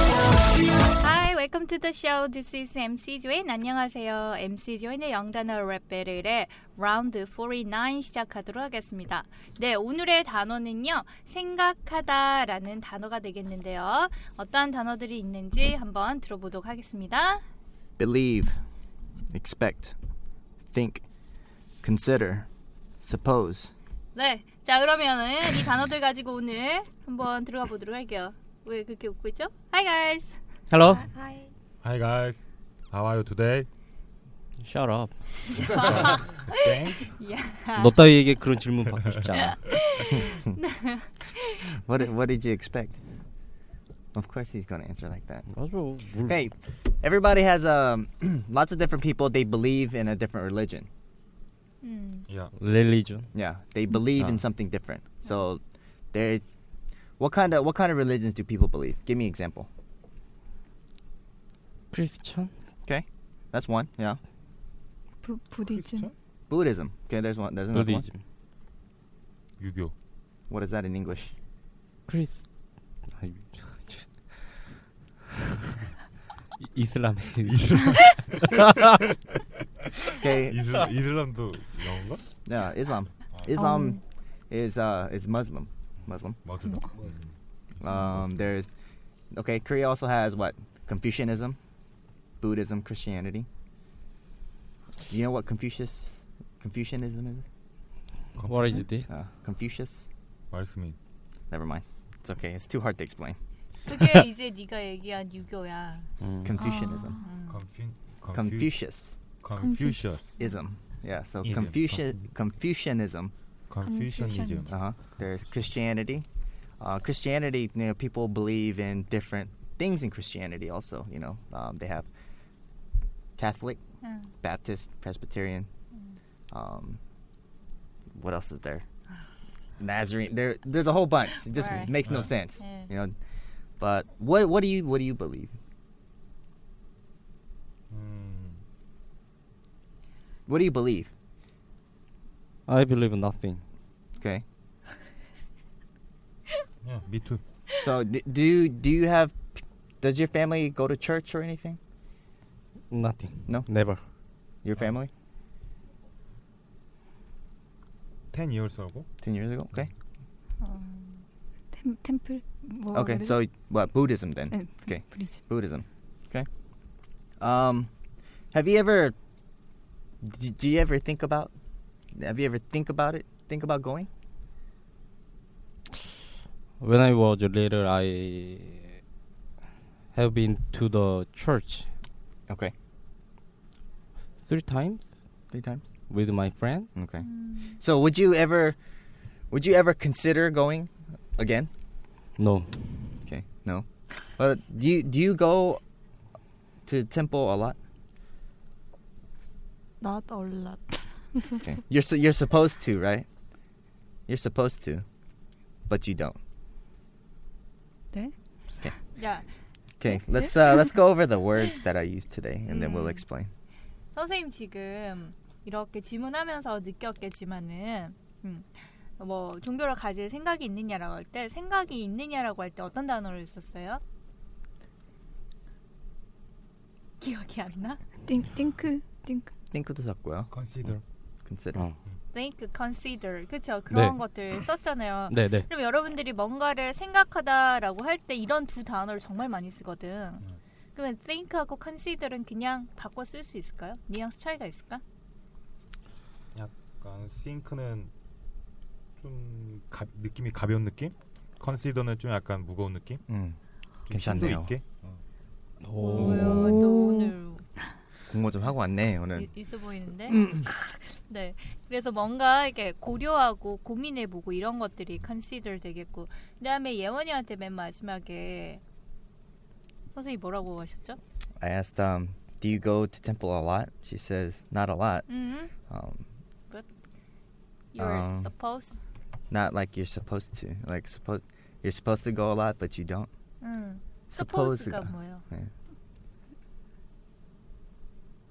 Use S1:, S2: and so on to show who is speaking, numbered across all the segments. S1: Hi, welcome to the show. This is MC 조인. 안녕하세요. MC 조인의 영단어 랩 배틀의 라운드 49 시작하도록 하겠습니다. 네, 오늘의 단어는요. 생각하다라는 단어가 되겠는데요. 어떠한 단어들이 있는지 한번 들어보도록 하겠습니다.
S2: believe, expect, think, consider, suppose.
S1: 네, 자 그러면은 이 단어들 가지고 오늘 한번 들어가 보도록 할게요. 왜 그렇게 웃고 있죠? Hi guys.
S3: Hello.
S4: Hi guys, how are you today?
S3: Shut up.
S4: Thank
S3: 너 따위에게 그런 질문 받고 싶지 않아.
S2: What did, what did you expect? Of course he's going to answer like that.
S3: 맞아. 뭘.
S2: Hey, everybody has um lots of different people they believe in a different religion.
S1: 음,
S4: Yeah.
S3: Religion.
S2: Yeah, they believe in
S3: Ah.
S2: something different. So there's what kind of what kind of religions do people believe? Give me an example.
S3: Christian.
S2: Okay. That's one. Yeah.
S5: 부, 부디즘
S2: Buddhism. Okay, there's one. There's another one.
S3: Buddhism.
S4: 유교.
S2: What is that in English?
S3: Chris. 아이, 참. 이- 이슬람. 이슬람.
S2: Okay.
S4: 이슬람 이슬람도 영어인가?
S2: Yeah, Islam. Islam is uh is Muslim. Muslim.
S4: 맞아요.
S2: Um, there's okay. Korea also has what Confucianism, Buddhism, Christianity. You know what Confucius, Confucianism is?
S3: What is it?
S2: Uh, Confucius.
S4: 말씀이
S2: Never mind. It's okay. It's too hard to explain.
S1: 그게 이제 네가 얘기한 유교야.
S3: 음.
S2: Confucianism.
S4: Confu- Confu-
S2: Confucius.
S4: Confucius.
S2: Confuciusism. Yeah. So
S4: Ism,
S2: Confucius Confucianism.
S4: Confucianism.
S2: Uh huh. There's Christianity. Uh, Christianity, you know, people believe in different things in Christianity. Also, you know, um, they have Catholic,
S1: 응.
S2: Baptist, Presbyterian.
S1: Mm.
S2: Um, what else is there? Nazarene. There, there's a whole bunch. It just
S1: Right.
S2: makes no
S4: Yeah.
S2: sense,
S1: Yeah.
S2: you know. But what what do you what do you believe?
S4: 음,
S2: What do you believe?
S3: I believe nothing.
S2: Okay.
S4: yeah, me too.
S2: So d- do you, do you have? Does your family go to church or anything?
S3: Nothing.
S2: No?
S3: Never.
S2: Your family?
S4: 10 years ago.
S2: Ten years ago. Okay.
S5: 템, 템플 뭐
S1: Oh,
S2: Okay. So what Buddhism then?
S1: Eh.
S5: 네,
S2: okay.
S5: 부디즘
S2: Buddhism. Okay. Um, have you ever? d- Do you ever think about? Have you ever think about it? Think about going?
S3: When I was little, I have been to the church
S2: Okay.
S3: three times
S2: Three times.
S3: with my friend.
S2: Okay.
S1: Mm.
S2: So would you ever? Would you ever consider going again?
S3: No.
S2: Okay. No. But do you do you go to temple a lot?
S5: not a lot
S2: Okay. you're su- you're supposed to, right? You're supposed to, but you don't.
S1: 야
S2: Okay. Let's uh, let's go over the words that I used today, and then we'll
S1: Mm.
S2: explain.
S1: 선생님 지금 이렇게 질문하면서 느꼈겠지만은 음, 뭐 종교를 가질 생각이 있느냐라고 할 때 생각이 있느냐라고 할 때 어떤 단어를 썼어요? 기억이 안 나?
S5: 띵크 띵크
S2: Think of the well.
S4: Consider.
S2: Consider.
S3: 어.
S1: Think, consider 그렇죠 그런
S3: 네.
S1: 것들 썼잖아요.
S3: 네, 네. 네.
S1: 그럼 여러분들이 뭔가를 생각하다라고 할 때 이런 두 단어를 정말 많이 쓰거든. 그러면 think하고 consider은 그냥 바꿔 쓸 수 있을까요? 뉘앙스 차이가 있을까?
S4: 약간 think는 좀 가, 느낌이 가벼운 느낌? consider는 좀 약간 무거운 느낌?
S2: 음.
S4: 좀 심도
S2: 괜찮네요.
S4: 있게?
S3: 오.
S1: 또 오늘
S2: 공모 좀 하고 왔네 음. 오늘.
S1: Oh. 이- 있어 보이는데. 네. 그래서 뭔가 이렇게 고려하고 고민해 보고 이런 것들이 컨시더 되겠고. 그다음에 예원이한테 맨 마지막에 선생님 뭐라고 하셨죠?
S2: I asked, um, do you go to temple a lot? She says, not a lot.
S1: 음.
S2: Um,
S1: You're
S2: 아.
S1: supposed.
S2: not like you're supposed to. Like supposed, you're supposed to go a lot, but you don't.
S1: 음. suppose가 뭐예요?
S2: 네.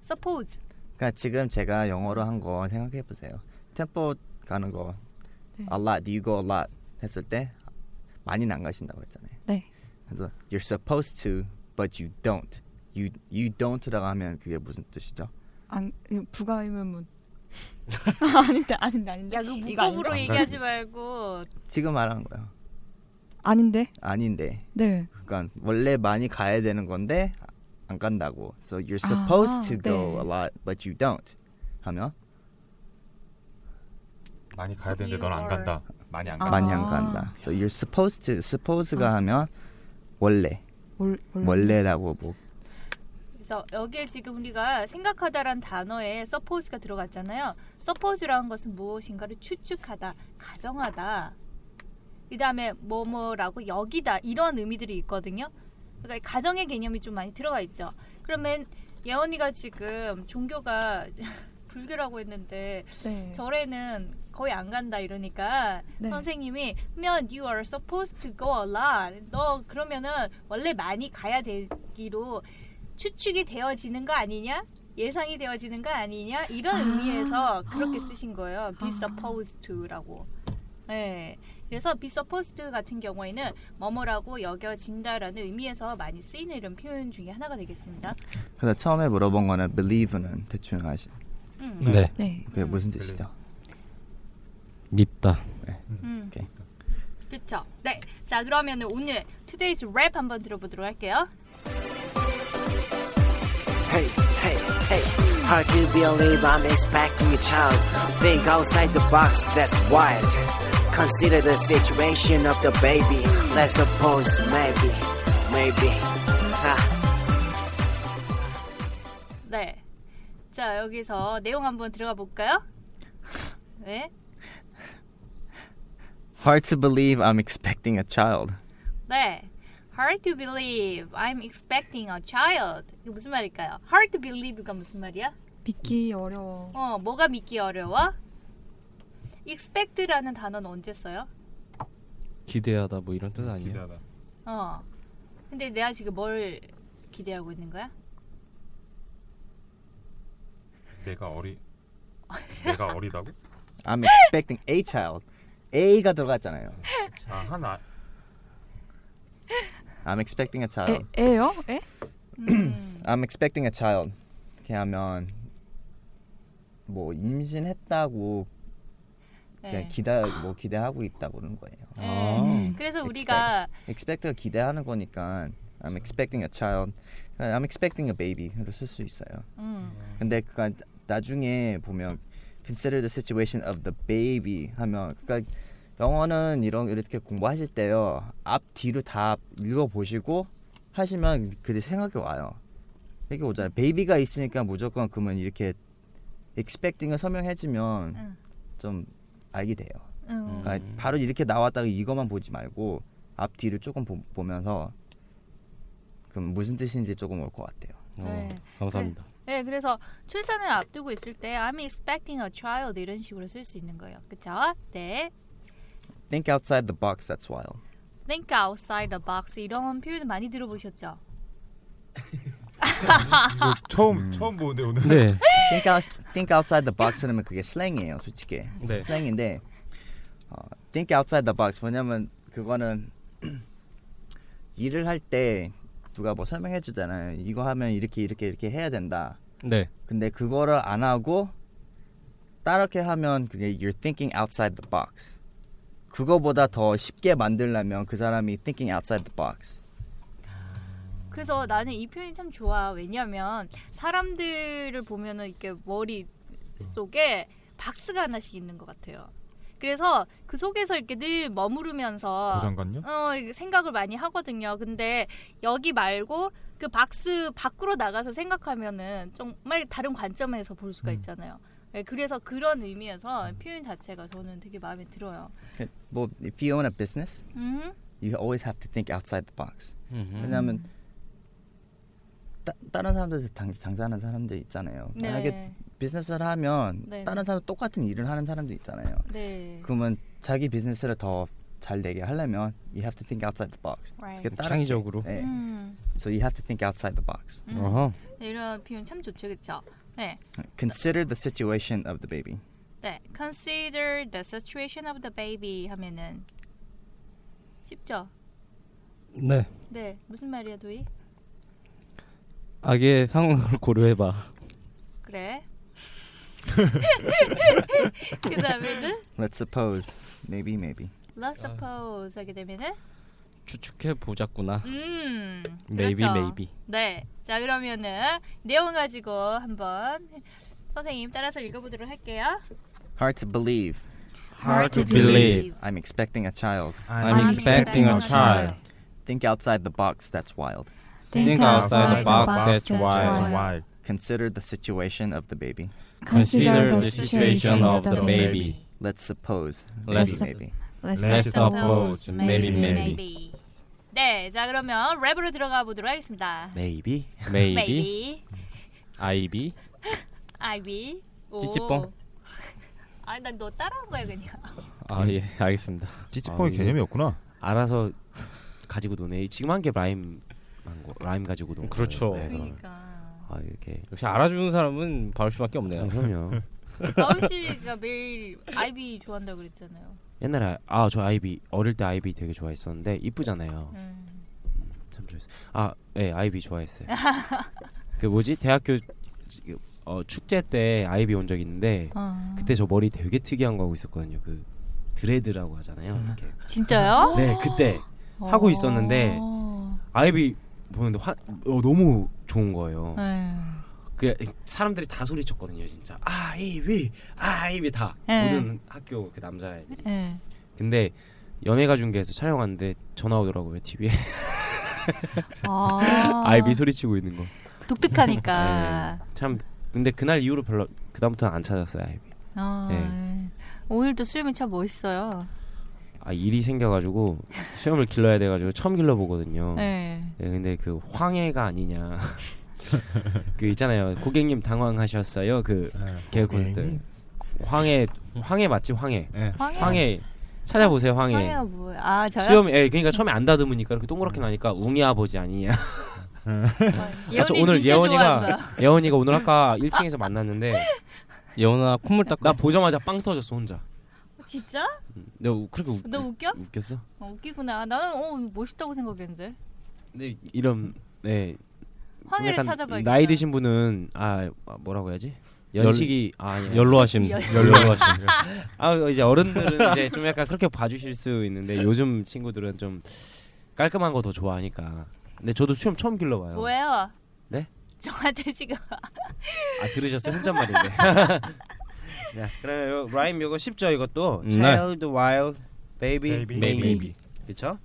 S1: suppose.
S2: 그러니까 지금 제가 영어로 한 거 생각해 보세요. 템포 가는 거
S1: 네.
S2: a lot, do you go a lot 했을 때 많이는 안 가신다고 했잖아요.
S1: 네.
S2: 그래서 you're supposed to, but you don't. You you don't라고 하면 그게 무슨 뜻이죠?
S6: 안 부가이면 뭐 아닌데 아닌데 아닌데
S1: 야, 그
S6: 이거 아닌데?
S1: 무법으로 얘기하지 말고
S2: 지금 말하는 거예요.
S6: 아닌데
S2: 아닌데.
S6: 네
S2: 그러니까 원래 많이 가야 되는 건데 안 간다고. So you're supposed
S6: 아,
S2: to go
S6: 네.
S2: a lot, but you don't. 하면
S4: 많이 가야 되는데 넌 안
S1: 이걸-
S4: 간다. 많이 안
S6: 아.
S4: 간다.
S2: 많이 안 간다. So you're supposed to. supposed가 하면 원래
S5: 아,
S6: 올- 올-
S2: 원래라고 뭐
S1: 그래서 여기에 지금 우리가 생각하다란 단어에 suppose가 들어갔잖아요. suppose라는 것은 무엇인가를 추측하다, 가정하다. 그다음에 뭐뭐라고 여기다 이런 의미들이 있거든요. 그러니까 가정의 개념이 좀 많이 들어가 있죠. 그러면 예언이가 지금 종교가 불교라고 했는데
S6: 네.
S1: 절에는 거의 안 간다 이러니까
S6: 네.
S1: 선생님이 그러면 you are supposed to go a lot. 너 그러면은 원래 많이 가야 되기로 추측이 되어지는 거 아니냐? 예상이 되어지는 거 아니냐? 이런
S6: 아.
S1: 의미에서 그렇게 쓰신 거예요. be supposed to라고. 네. 그래서 be supposed 같은 경우에는 뭐뭐라고 여겨진다라는 의미에서 많이 쓰이는 이런 표현 중에 하나가 되겠습니다.
S2: 그래서 처음에 물어본 거는 believe는 대충 아시
S1: 음.
S3: 네.
S6: 네
S2: 그게
S1: 음.
S2: 무슨 뜻이죠?
S3: 믿다.
S1: 음.
S2: 오케이.
S1: 그렇죠. 네. 자, 그러면 오늘 투데이즈 랩 한번 들어보도록 할게요.
S7: Hey, hey, hey. Hard to believe I'm expecting a child. Think outside the box, that's wild. Consider the situation of the baby. Let's suppose maybe, maybe. Ha.
S1: 네. 자, 여기서 내용 한번 들어가 볼까요? 네.
S2: Hard to believe I'm expecting a child.
S1: 네. Hard to believe I'm expecting a child. 이게 무슨 말일까요? Hard to believe가 무슨 말이야?
S6: 믿기 어려워
S1: 어, 뭐가 믿기 어려워? expect라는 단어는 언제 써요?
S3: 기대하다 뭐 이런 뜻 아니에요?
S4: 기대하다.
S1: 어. 근데 내가 지금 뭘 기대하고 있는 거야?
S4: 내가 어리 내가 어리다고?
S2: I'm expecting a child. A가 들어갔잖아요.
S4: 아, 한 아,
S2: I'm expecting a
S6: 에,
S3: 아.
S2: child.
S6: 에요 에
S1: 음.
S2: I'm expecting a child. 이렇게 하면 뭐 임신했다고 그냥
S1: 네.
S2: 기대 뭐 기대하고 있다고 그런 거예요.
S1: 네. 그래서 우리가
S2: expect가 기대하는 거니까 I'm expecting a child. I'm expecting a baby로 쓸 수 있어요.
S1: 음.
S2: 근데 그니까 나중에 보면 consider the situation of the baby 하면 그러니까 영어는 이런 이렇게 공부하실 때요 앞 뒤로 다 읽어 보시고 하시면 그게 생각이 와요. 이게 오잖아요. 베이비가 있으니까 무조건 그러면 이렇게 expecting을 서명해주면
S1: 응.
S2: 좀 알게 돼요.
S1: 음.
S2: 그러니까 바로 이렇게 나왔다가 이것만 보지 말고 앞 뒤를 조금 보, 보면서 그럼 무슨 뜻인지 조금 올 것 같아요.
S3: 어,
S1: 네.
S3: 감사합니다.
S1: 네, 그래서 출산을 앞두고 있을 때 I'm expecting a child 이런 식으로 쓸 수 있는 거예요. 그렇죠? 네.
S2: Think outside the box. That's wild.
S1: Think outside the box 이런 표현 많이 들어보셨죠?
S4: 뭐 처음 처음 보는데 오늘.
S3: 네.
S2: think out think outside the box라면 그게 슬랭이에요, 솔직히.
S3: 네.
S2: 슬랭인데 어, think outside the box 뭐냐면 그거는 일을 할 때 누가 뭐 설명해 주잖아요. 이거 하면 이렇게 이렇게 이렇게 해야 된다.
S3: 네.
S2: 근데 그거를 안 하고 따르게 하면 그게 you're thinking outside the box. 그거보다 더 쉽게 만들려면 그 사람이 thinking outside the box.
S1: 그래서 나는 이 표현이 참 좋아. 왜냐하면 사람들을 보면은 이렇게 머리 속에 박스가 하나씩 있는 것 같아요. 그래서 그 속에서 이렇게 늘 머무르면서
S4: 고장관요?
S1: 어, 이게 생각을 많이 하거든요. 근데 여기 말고 그 박스 밖으로 나가서 생각하면은 정말 다른 관점에서 볼 수가
S4: 음.
S1: 있잖아요. 예, 그래서 그런 의미에서 표현 자체가 저는 되게 마음에 들어요.
S2: Well, 뭐, if you own a business,
S1: 음,
S2: you always have to think outside the box.
S3: 음흠.
S2: 왜냐하면 따, 다른 사람들 장, 장사하는 사람들 있잖아요.
S1: 네,
S2: 만약에 비즈니스를 하면
S1: 네,
S2: 다른
S1: 네.
S2: 사람 똑같은 일을 하는 사람들 있잖아요.
S1: 네,
S2: 그러면 자기 비즈니스를 더 잘 되게 하려면 you have to think outside the box.
S1: right.
S2: 이렇게 다른-
S3: 창의적으로.
S2: 네.
S1: 음,
S2: So you have to think outside the box.
S1: 음.
S3: 어허.
S1: 네, 이런 표현 참 좋죠, 그렇죠? 네,
S2: Consider the situation of the baby.
S1: 네. Consider the situation of the baby 하면은 쉽죠?
S3: 네.
S1: 네, 무슨 말이야, 도희?
S3: 아기의 상황을 고려해봐.
S1: 그래. 그 다음에는
S2: Let's suppose maybe maybe.
S1: Let's
S3: 아.
S1: suppose 하게 되면은
S3: 추측해 보자꾸나.
S1: 음
S3: Maybe
S1: 그렇죠.
S3: maybe.
S1: 네. 자 그러면은 내용 가지고 한번 선생님 따라서 읽어보도록 할게요.
S2: Hard to believe.
S3: Hard to believe.
S2: I'm expecting a child.
S3: I'm expecting a child.
S2: Think outside the box. That's wild.
S3: Think outside the box. That's
S4: 아,
S3: why.
S4: why?
S2: Consider the situation of the baby.
S3: Consider the situation of the baby.
S2: Let's suppose maybe
S3: Let's sup-
S2: maybe.
S3: Let's suppose maybe maybe.
S1: maybe. 네. 자 그러면 랩으로 들어가 보도록 하겠습니다.
S2: Maybe.
S3: Maybe.
S1: Maybe.
S3: 아이비.
S1: I be. 오.
S3: 찌찌뽕.
S1: 아니 난너 따라한 거야 그냥.
S3: 아 예, 알겠습니다.
S4: 찌찌뽕의
S8: 아,
S4: 개념이 없구나.
S8: 알아서 가지고 노네. 지금 한 게 라임 한 거, 라임 가지고 노.
S3: 그렇죠.
S1: 그러니까.
S8: 아 이렇게.
S3: 역시 알아주는 사람은 바울 씨밖에
S8: 아,
S3: 없네요.
S8: 그럼요.
S1: 가은 씨가 매일 I be 좋아한다 고 그랬잖아요.
S8: 옛날에 아 저 아이비 어릴 때 아이비 되게 좋아했었는데 이쁘잖아요.
S1: 음.
S8: 참 좋아했어요. 아, 예, 아이비 좋아했어요. 그 뭐지? 대학교 어, 축제 때 아이비 온 적 있는데
S1: 아.
S8: 그때 저 머리 되게 특이한 거 하고 있었거든요. 그 드레드라고 하잖아요. 이렇게.
S1: 진짜요? 어.
S8: 네, 그때 하고 있었는데 아이비 보는데 화, 어, 너무 좋은 거예요.
S1: 네.
S8: 그 사람들이 다 소리쳤거든요, 진짜. 아이비, 아이비 다
S1: 네.
S8: 모든 학교 그 남자 아이비.
S1: 네.
S8: 근데 연예가 중계에서 촬영하는데 전화 오더라고요 TV에
S3: 어.
S1: 아.
S8: 아이비 소리치고 네. 있는 거.
S1: 독특하니까.
S8: 참 근데 그날 이후로 별로 그 다음부터는 안 찾았어요 아이비.
S1: 아.
S8: 네.
S1: 오늘도 수염이 참 멋있어요.
S8: 아 일이 생겨가지고 수염을 길러야 돼가지고 처음 길러보거든요.
S1: 네.
S8: 네, 근데 그 황해가 아니냐. 그 있잖아요 고객님 당황하셨어요 그
S3: 아,
S8: 개그 콘서트 황해 황해 맞지 황해
S4: 예.
S1: 황해.
S8: 황해 찾아보세요 황해
S1: 황해가 뭐예요? 아, 저요?
S8: 수염 예 그러니까 처음에 안 다듬으니까 이렇게
S3: 음.
S8: 동그랗게 나니까 웅이 아버지 아니냐
S1: 예원이
S8: 아, 저 오늘
S1: 진짜
S8: 예원이가
S1: 좋아한다.
S8: 예원이가 오늘 아까 1층에서 만났는데
S3: 예원아 콧물
S8: 나
S3: 닦아.
S8: 보자마자 빵 터졌어 혼자.
S1: 진짜?
S8: 너 우- 그렇게 웃,
S1: 너 웃겨?
S8: 웃겼어?
S1: 어, 웃기구나. 나는 어, 멋있다고 생각했는데.
S8: 네 이런 네. 좀
S1: 황해를
S8: 약간
S1: 찾아봐야겠다.
S8: 나이 드신 분은 아 아, 뭐라고 해야지? 연식이 아 아니야.
S3: 연로하심.
S1: 열-
S3: 연로하심.
S8: 아 이제 어른들은 이제 좀 약간 그렇게 봐주실 수 있는데 요즘 친구들은 좀 깔끔한 거 더 좋아하니까. 근데 저도 수염 처음 길러봐요.
S1: 뭐예요?
S8: 네?
S1: 저한테 지금
S8: 아 들으셨어요 혼잣말인데. 자 그러면 요, 라임 요거 쉽죠 이것도.
S3: 네.
S8: 어, Child, wild, baby,
S4: Baby.
S8: baby.
S4: Baby.
S8: 그렇죠?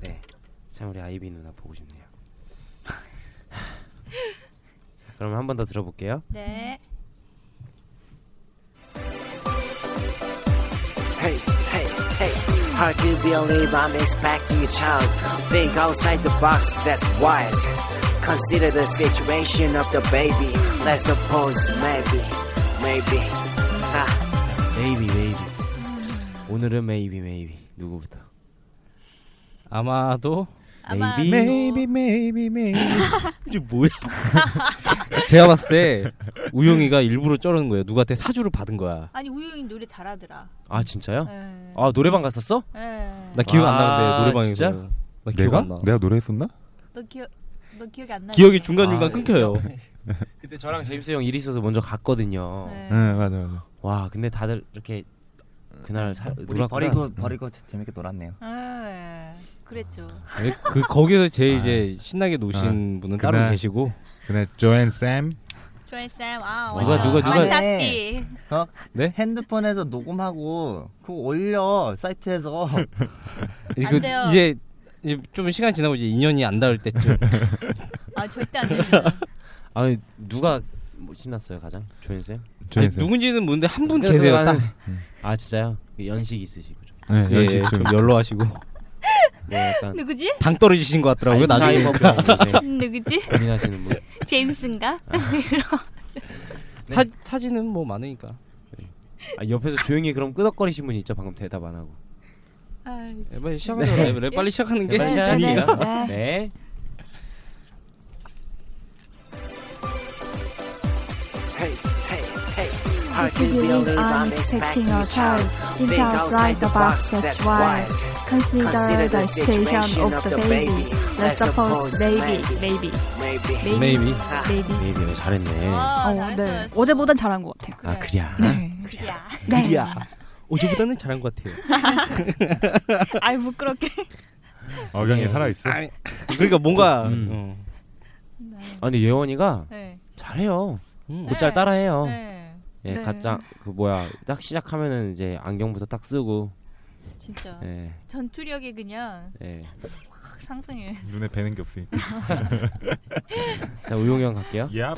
S8: 네. 참 우리 아이비 누나 보고 싶네요. 자, 그럼 한 번 더 들어볼게요.
S1: 네.
S7: Hey, hey, hey. Hard to believe I'm expecting a child. Think outside the box, that's wild. Consider the situation of the baby. Let's suppose maybe, maybe. Ah,
S8: Baby, baby. 오늘은 maybe, maybe. 누구부터?
S3: 아마도
S1: 아마
S8: Maybe.
S1: 또-
S4: maybe, maybe.
S3: 이게 뭐야? 제가 봤을 때 우영이가 일부러 쩔은 거예요. 누구한테 사주를 받은 거야.
S1: 아니 우영이 노래 잘하더라.
S8: 아 진짜요?
S1: 네.
S8: 아 노래방 갔었어?
S1: 네.
S3: 나 기억 안
S8: 아,
S3: 나는데 노래방에서.
S8: 진짜?
S3: 나 기억
S4: 내가?
S3: 안 나.
S4: 내가 노래했었나?
S1: 너 기억 너 기억이 안 나.
S3: 기억이 중간 중간
S8: 아,
S3: 끊겨요.
S8: 그때 저랑 제임스 형 일이 있어서 먼저 갔거든요.
S1: 네.
S4: 예, 맞아, 맞아.
S8: 와 근데 다들 이렇게 그날 사,
S2: 우리
S8: 놀았구나.
S2: 버리고 버리고 재밌게 놀았네요.
S1: 네. 그랬죠.
S7: 예, 그 거기서
S3: 아.
S7: 제일 이제 신나게 노신 분은 따로
S4: 그날-
S7: 계시고
S4: 근데 조앤 쌤
S1: 조엘 쌤, 아
S7: 누가- 누가- 누가-
S1: 판타스틱.
S2: 어?
S7: 네?
S2: 핸드폰에서 녹음하고 그거 올려 사이트에서
S7: 이거
S1: 안 돼요.
S7: 이제 이제 좀 시간 지나고 이제 인연이 안 닿을 때쯤
S1: 아 절대 안 됩니다.
S3: 아니 누가 뭐 신났어요 가장 조현 쌤?
S7: 아니,
S4: 조앤 쌤
S7: 누군지는 뭔데 한 분 계세요 딱
S3: 아 진짜요? 연식 있으시고 좀.
S4: 네,
S7: 예,
S4: 연식
S7: 좀
S4: 좀
S7: 연로하시고
S3: 뭐 약간
S1: 누구지?
S7: 당 떨어지신 것 같더라고요 나중에
S3: 알츠하이머 이제
S1: 누구지?
S3: 고민하시는 분.
S1: 제임스인가?
S8: 아.
S7: 사, 사진은 뭐 많으니까
S3: 아, 옆에서 조용히 그럼 끄덕거리신 분 있죠 방금 대답 안 하고.
S1: 아,
S8: 네.
S7: 예, 빨리 시작하자 랩, 랩 빨리 시작하는 게
S3: 네, 네,
S7: 분위기가
S3: 네.
S9: Hey, hey, hey. Hard
S5: Hard to believe I'm expecting a child. Think outside the box, that's why. Consider the situation of the baby. Let's suppose baby, baby,
S9: Maybe.
S7: maybe
S5: baby.
S3: 네네 잘했네.
S1: 어,
S5: 어, 네.
S1: 잘했어요.
S5: 어제보단 잘한 것 같아요.
S3: 아 그래야.
S5: 네.
S1: 그래.
S5: 네.
S7: 어제보다는 잘한 것 같아요
S5: 아이 부끄럽게.
S4: 억양이 예. 살아있어
S7: 아니, 그러니까 뭔가
S3: 음.
S7: 어.
S3: 아 근데 예원이가
S1: 네.
S3: 잘해요.
S7: 음.
S3: 곧잘 따라해요.
S8: 어.
S1: 네.
S3: 예,
S5: 네.
S3: 가짜 그 뭐야 딱 시작하면은 이제 안경부터 딱 쓰고.
S1: 진짜
S3: 예,
S1: 전투력이 그냥
S3: 예.
S1: 확 상승해.
S4: 눈에 뵈는 게 없으니까
S3: 자 우용이 형 갈게요.
S4: 얍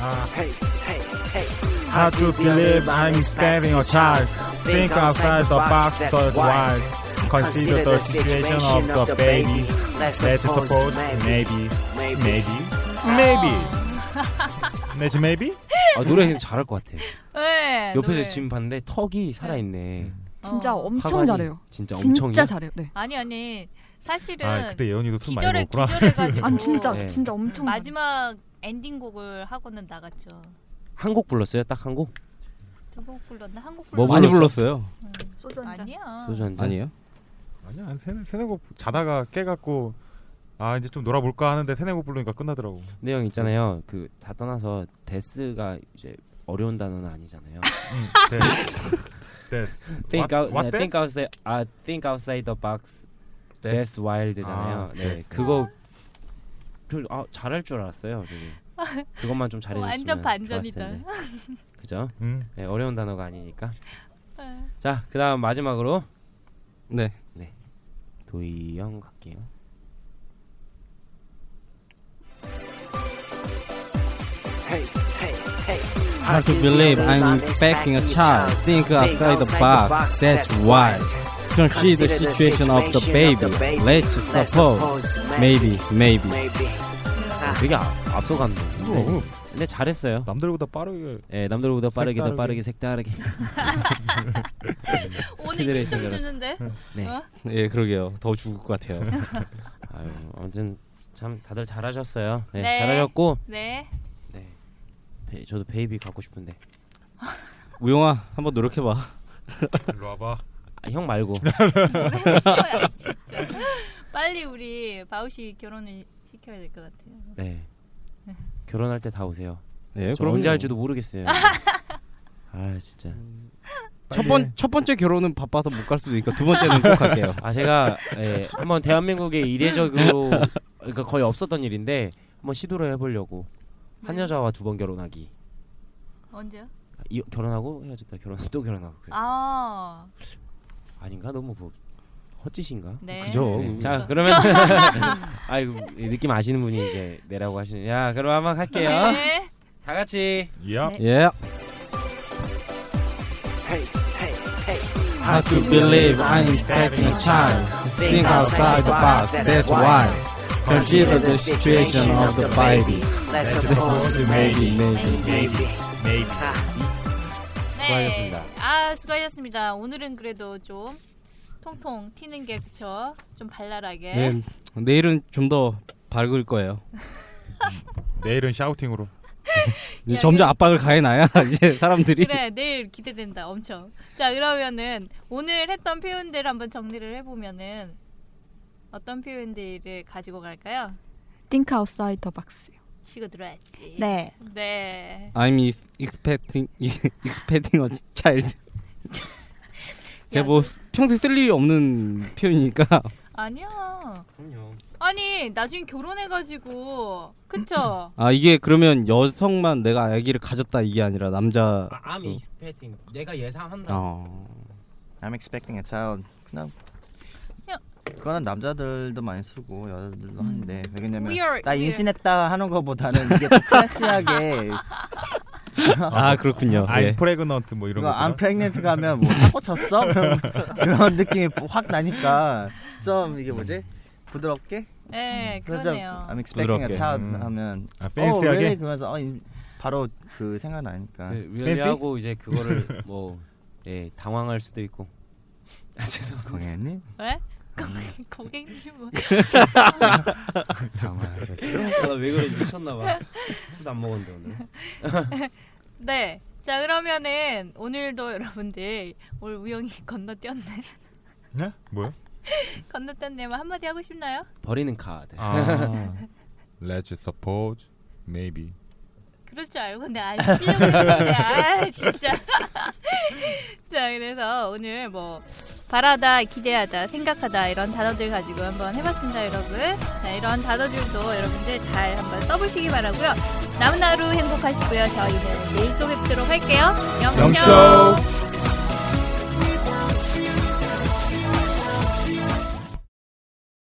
S4: 아,
S9: Hey, hey, hey.
S4: Hard to believe I'm expecting a child. Think outside the box, that's why. Consider the situation of the baby. Let's suppose maybe,
S9: maybe.
S4: maybe, maybe. 네, 지금 maybe?
S3: 아 노래 잘할 것 같아.
S1: 네.
S3: 옆에서
S1: 노래.
S3: 지금 봤는데 턱이 살아있네.
S5: 진짜
S1: 어.
S5: 엄청
S3: 화관이
S5: 잘해요.
S3: 진짜 엄청.
S5: 진짜 잘해요. 네.
S1: 아니 아니 사실은
S4: 아, 그때 예원이도 술 많이
S1: 네. 기절해
S4: 먹었구나.
S1: 기절해가지고
S5: 아 진짜
S3: 네.
S5: 진짜 엄청 잘해요.
S1: 마지막 엔딩곡을 하고는 나갔죠.
S3: 한곡 불렀어요? 딱 한 곡?
S1: 두곡 불렀나 한곡 불렀나?
S3: 뭐
S7: 뭐 많이
S3: 불렀어요?
S7: 불렀어요
S5: 소주 한 잔.
S1: 아니야.
S3: 소주 한 잔.
S7: 아니에요
S4: 아니야, 한 세네, 세네 곡 자다가 깨갖고 아 이제 좀 놀아볼까 하는데 세네 곡 부르니까 끝나더라고.
S3: 근데 형 있잖아요. 그 다 떠나서 데스가 이제 어려운 단어는 아니잖아요.
S4: 네.
S3: think
S4: What-
S3: out, 네,
S4: what
S3: think outside, 아, think outside the box. That's wild잖아요.
S4: 아,
S3: 네, 그거 별, 아, 잘할 줄 알았어요. 저기. 그것만 좀 잘해줬으면
S1: 완전 반전이다.
S3: 좋았을 텐데. 그죠?
S4: 음.
S3: 네, 어려운 단어가 아니니까.
S1: 네.
S3: 자, 그다음 마지막으로
S7: 네
S3: 도희 형 갈게요.
S9: Hey, hey, hey.
S7: Hard to believe I'm expecting a child. Think outside the box. That's wild. Consider the situation of the baby. Let's suppose maybe, maybe. Ah,
S9: Maybe.
S3: 되게 아, 앞서갔네. 네.
S4: 어,
S3: 근데 잘했어요.
S4: 남들보다 빠르게
S3: 예, 남들보다 빠르게 더 빠르게 색다르게.
S1: 오늘
S3: 그들의
S1: 힘좀
S3: 생각을
S1: 주는데.
S3: 네.
S1: 어?
S7: 예, 그러게요. 더 죽을 것 같아요.
S3: 아유, 아무튼 참 다들 잘하셨어요. 네,
S1: 네.
S3: 잘하셨고
S1: 네.
S3: 베- 저도 베이비 갖고 싶은데
S7: 우영아, 한번 노력해봐.
S4: 일로 와봐.
S3: 아, 형 말고
S1: 노래는 써야 진짜. 빨리 우리 바우 씨 결혼을 시켜야 될 것 같아요.
S3: 네 결혼할 때 다 오세요.
S7: 예,
S3: 저
S7: 그럼
S3: 언제 할지도 모르겠어요. 아 진짜.
S7: 음, 첫번 첫 번째 결혼은 바빠서 못 갈 수도 있고 두 번째는 꼭 갈게요.
S3: 아 제가 예, 한번 대한민국의 이례적으로
S7: 네.
S3: 그러니까 거의 없었던 일인데 한번 시도를 해보려고 한
S1: 네.
S3: 여자와 두 번 결혼하기.
S1: 언제요?
S3: 아, 이, 결혼하고 헤어졌다 결혼 또 결혼하고 그래.
S1: 아.
S3: 아닌가 너무 뭐 헛짓인가?
S1: 네.
S7: 그죠.
S3: 네, 자 그러면 아이고 이 느낌 아시는 분이 이제 내라고 하시는. 야 그럼 한번 할게요.
S1: 네.
S3: 다 같이.
S4: 야.
S7: 예.
S9: Hey, hey, hey.
S7: Hard to believe I'm expecting a child. Think outside the box. That's why. Consider the situation of the baby.
S9: Let's
S4: suppose
S9: suppose
S7: Maybe,
S9: maybe.
S7: maybe.
S9: Maybe.
S4: maybe.
S1: 네.
S3: 수고하셨습니다.
S1: 아 수고하셨습니다. 오늘은 그래도 좀 통통 튀는 게 그쵸? 좀 발랄하게.
S3: 네.
S7: 예. 내일은 좀 더 밝을 거예요.
S4: 내일은 샤우팅으로.
S7: 이제 점점 압박을 가해놔야 이제 사람들이
S1: 그래 내일 기대된다 엄청. 자 그러면은 오늘 했던 표현들 한번 정리를 해보면은 어떤 표현들을 가지고 갈까요?
S5: Think outside the box.
S1: 치고 들어야지.
S5: 네.
S1: 네.
S7: I'm is- expecting expecting a child.
S3: 제가 뭐 쓰- 평소에 쓸 일이 없는 표현이니까
S1: 아니야.
S8: 그럼요.
S1: 아니 나중에 결혼해가지고 그쵸?
S3: 아 이게 그러면 여성만 내가 아기를 가졌다 이게 아니라 남자 그.
S8: I'm expecting. 내가 예상한다.
S3: 어
S2: I'm expecting a child. 그냥
S1: 야.
S2: 그거는 남자들도 많이 쓰고 여자들도 하는데 왜냐면
S1: 음. We are-
S2: 나
S1: we are-
S2: 임신했다 하는 거보다는 이게 더 클래시하게
S3: 아 그렇군요 예.
S4: I'm pregnant 뭐 이런
S2: 이거
S4: 거.
S2: 안 프레그넨트 가면 뭐 사고 쳤어 그런, 그런 느낌이 확 나니까 좀 이게 뭐지 부드럽게
S8: 음,
S1: 네
S2: 그래서
S1: 그러네요.
S2: I'm expecting
S3: 부드럽게.
S2: a child
S4: 음.
S2: 하면
S4: 아,
S2: 어
S4: fancy하게?
S2: really? 그러면서 어, 이- 바로 그 생각 나니까
S8: 네, 위하고 이제 그거를 뭐 예, 당황할 수도 있고. 아 죄송합니다.
S2: 강혜님
S1: 왜? 뭐. 고객- 고객님은
S2: 당황하셨죠?
S8: 나왜 그래 미쳤나 봐. 술도 안 먹었는데 오늘.
S1: 네. 자 그러면은 오늘도 여러분들 오늘 우영이 건너뛰었네.
S4: 네? 뭐요?
S1: 건너뛰었네만 한마디 하고 싶나요?
S8: 버리는 카드.
S4: 아. Let's suppose maybe.
S1: 그럴 줄 알고 근데 안 쓰려고 했는데 아 진짜 자 그래서 오늘 뭐 바라다 기대하다 생각하다 이런 단어들 가지고 한번 해봤습니다 여러분 자, 이런 단어들도 여러분들 잘 한번 써보시기 바라고요 남은 하루 행복하시고요 저희는 내일 또 뵙도록 할게요 영쇼
S4: 영쇼.